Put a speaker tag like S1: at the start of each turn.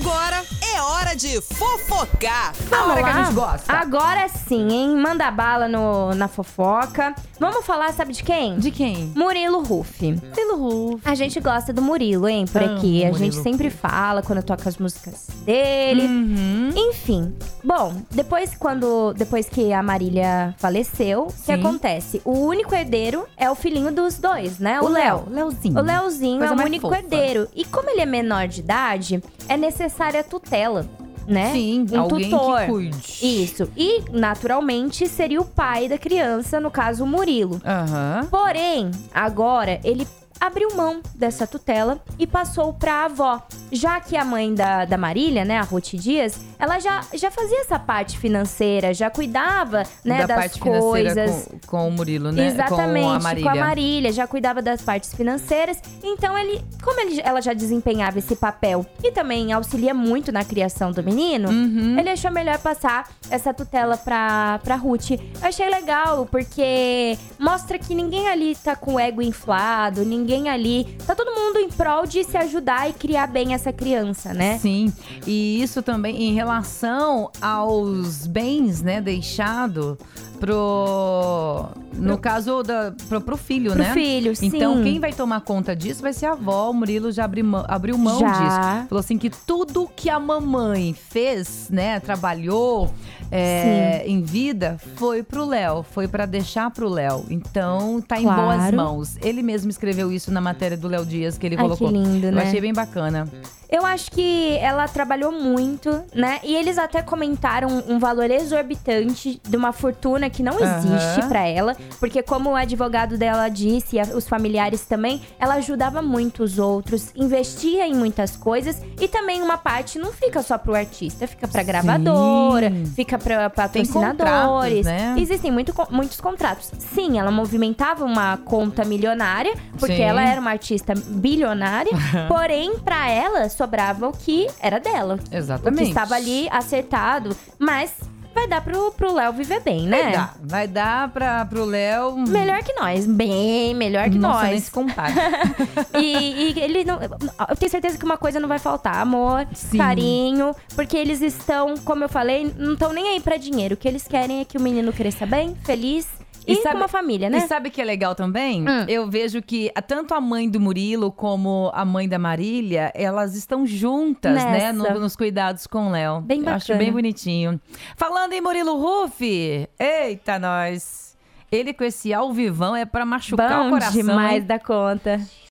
S1: Agora é hora de fofocar.
S2: Vamos
S3: A hora
S2: lá?
S3: que a gente gosta.
S2: Agora sim, hein? Manda bala no, na fofoca. Vamos falar, sabe de quem?
S3: De quem?
S2: Murilo Rufi.
S3: Pelo Ruf.
S2: A gente gosta do Murilo, hein, por
S3: Amo
S2: aqui. A
S3: Murilo
S2: gente sempre fala quando toca as músicas dele.
S3: Uhum.
S2: Enfim. Bom, depois quando depois que a Marília faleceu, o que
S3: Sim.
S2: acontece? O único herdeiro é o filhinho dos dois,
S3: É
S2: né? O, Léo.
S3: Léozinho.
S2: O Léozinho
S3: Coisa
S2: é o
S3: mais
S2: único
S3: fofa.
S2: herdeiro. E como ele é menor de idade, é necessária a tutela, né?
S3: Sim,
S2: um
S3: é alguém
S2: tutor.
S3: que cuide.
S2: Isso. E, naturalmente, seria o pai da criança, no caso, o Murilo.
S3: Aham.
S2: Porém, agora ele abriu mão dessa tutela e passou pra avó. Já que a mãe da, da Marília, né, a Ruth Dias, ela já, já fazia essa parte financeira, já cuidava, né,
S3: da
S2: das
S3: parte
S2: coisas.
S3: financeira com, com o Murilo, né?
S2: Exatamente,
S3: Com a Marília.
S2: Marília, já cuidava das partes financeiras. Então, ele, como ele- ela já desempenhava esse papel e também auxilia muito na criação do menino,
S3: Uhum.
S2: ele achou melhor passar essa tutela pra, pra Ruth. Eu achei legal, porque mostra que ninguém ali tá com o ego inflado, ninguém ali. Tá todo mundo em prol de se ajudar e criar bem essa criança, né?
S3: Sim, e isso também em relação aos bens, né, deixado pro no caso da pro, pro filho,
S2: Pro
S3: né?
S2: filho,
S3: Então
S2: sim.
S3: quem vai tomar conta disso vai ser a avó. O Murilo já abri mão- abriu mão
S2: Já.
S3: disso. Falou assim que tudo que a mamãe fez, né, trabalhou é, em vida, foi pro Léo, foi pra deixar pro Léo. Então tá em
S2: Claro.
S3: boas mãos. Ele mesmo escreveu isso na matéria do Léo Dias que ele
S2: Ai, que
S3: colocou.
S2: lindo,
S3: Eu
S2: né?
S3: achei bem bacana.
S2: Eu acho que ela trabalhou muito, né? E eles até comentaram um valor exorbitante de uma fortuna que não
S3: Aham.
S2: existe pra ela, porque como o advogado dela disse, e a- os familiares também, ela ajudava muito os outros, investia em muitas coisas e também uma parte não fica só pro artista, fica pra gravadora, fica pra
S3: Tem contratos,
S2: patrocinadores.
S3: né?
S2: Existem muito con- muitos contratos. Sim, ela movimentava uma conta milionária, porque
S3: Sim.
S2: ela era uma artista bilionária, porém, pra ela sobrava o que era dela. o que- O
S3: Exatamente.
S2: que estava ali acertado, mas vai dar pro pro Léo viver bem, né?
S3: Vai dar. Vai dar pra, pro Léo. um
S2: Melhor que nós, bem melhor que
S3: Nossa, nem se
S2: nós.
S3: compara.
S2: E, e ele não. Eu tenho certeza que uma coisa não vai faltar: amor,
S3: Sim.
S2: carinho, porque eles estão, como eu falei, não estão nem aí pra dinheiro. O que eles querem é que o menino cresça bem, feliz e,
S3: E sabe-
S2: com uma família, né? Hum.
S3: E sabe o que é legal também? Eu vejo que a- tanto a mãe do Murilo como a mãe da Marília, elas estão juntas, né?
S2: Nessa.
S3: no- nos cuidados com o Léo.
S2: Bem
S3: Eu acho
S2: bacana.
S3: bem bonitinho. Falando em Murilo Rufi, eita nós. Ele com esse alvivão é pra machucar o
S2: Bom
S3: coração.
S2: demais
S3: hein?
S2: da conta.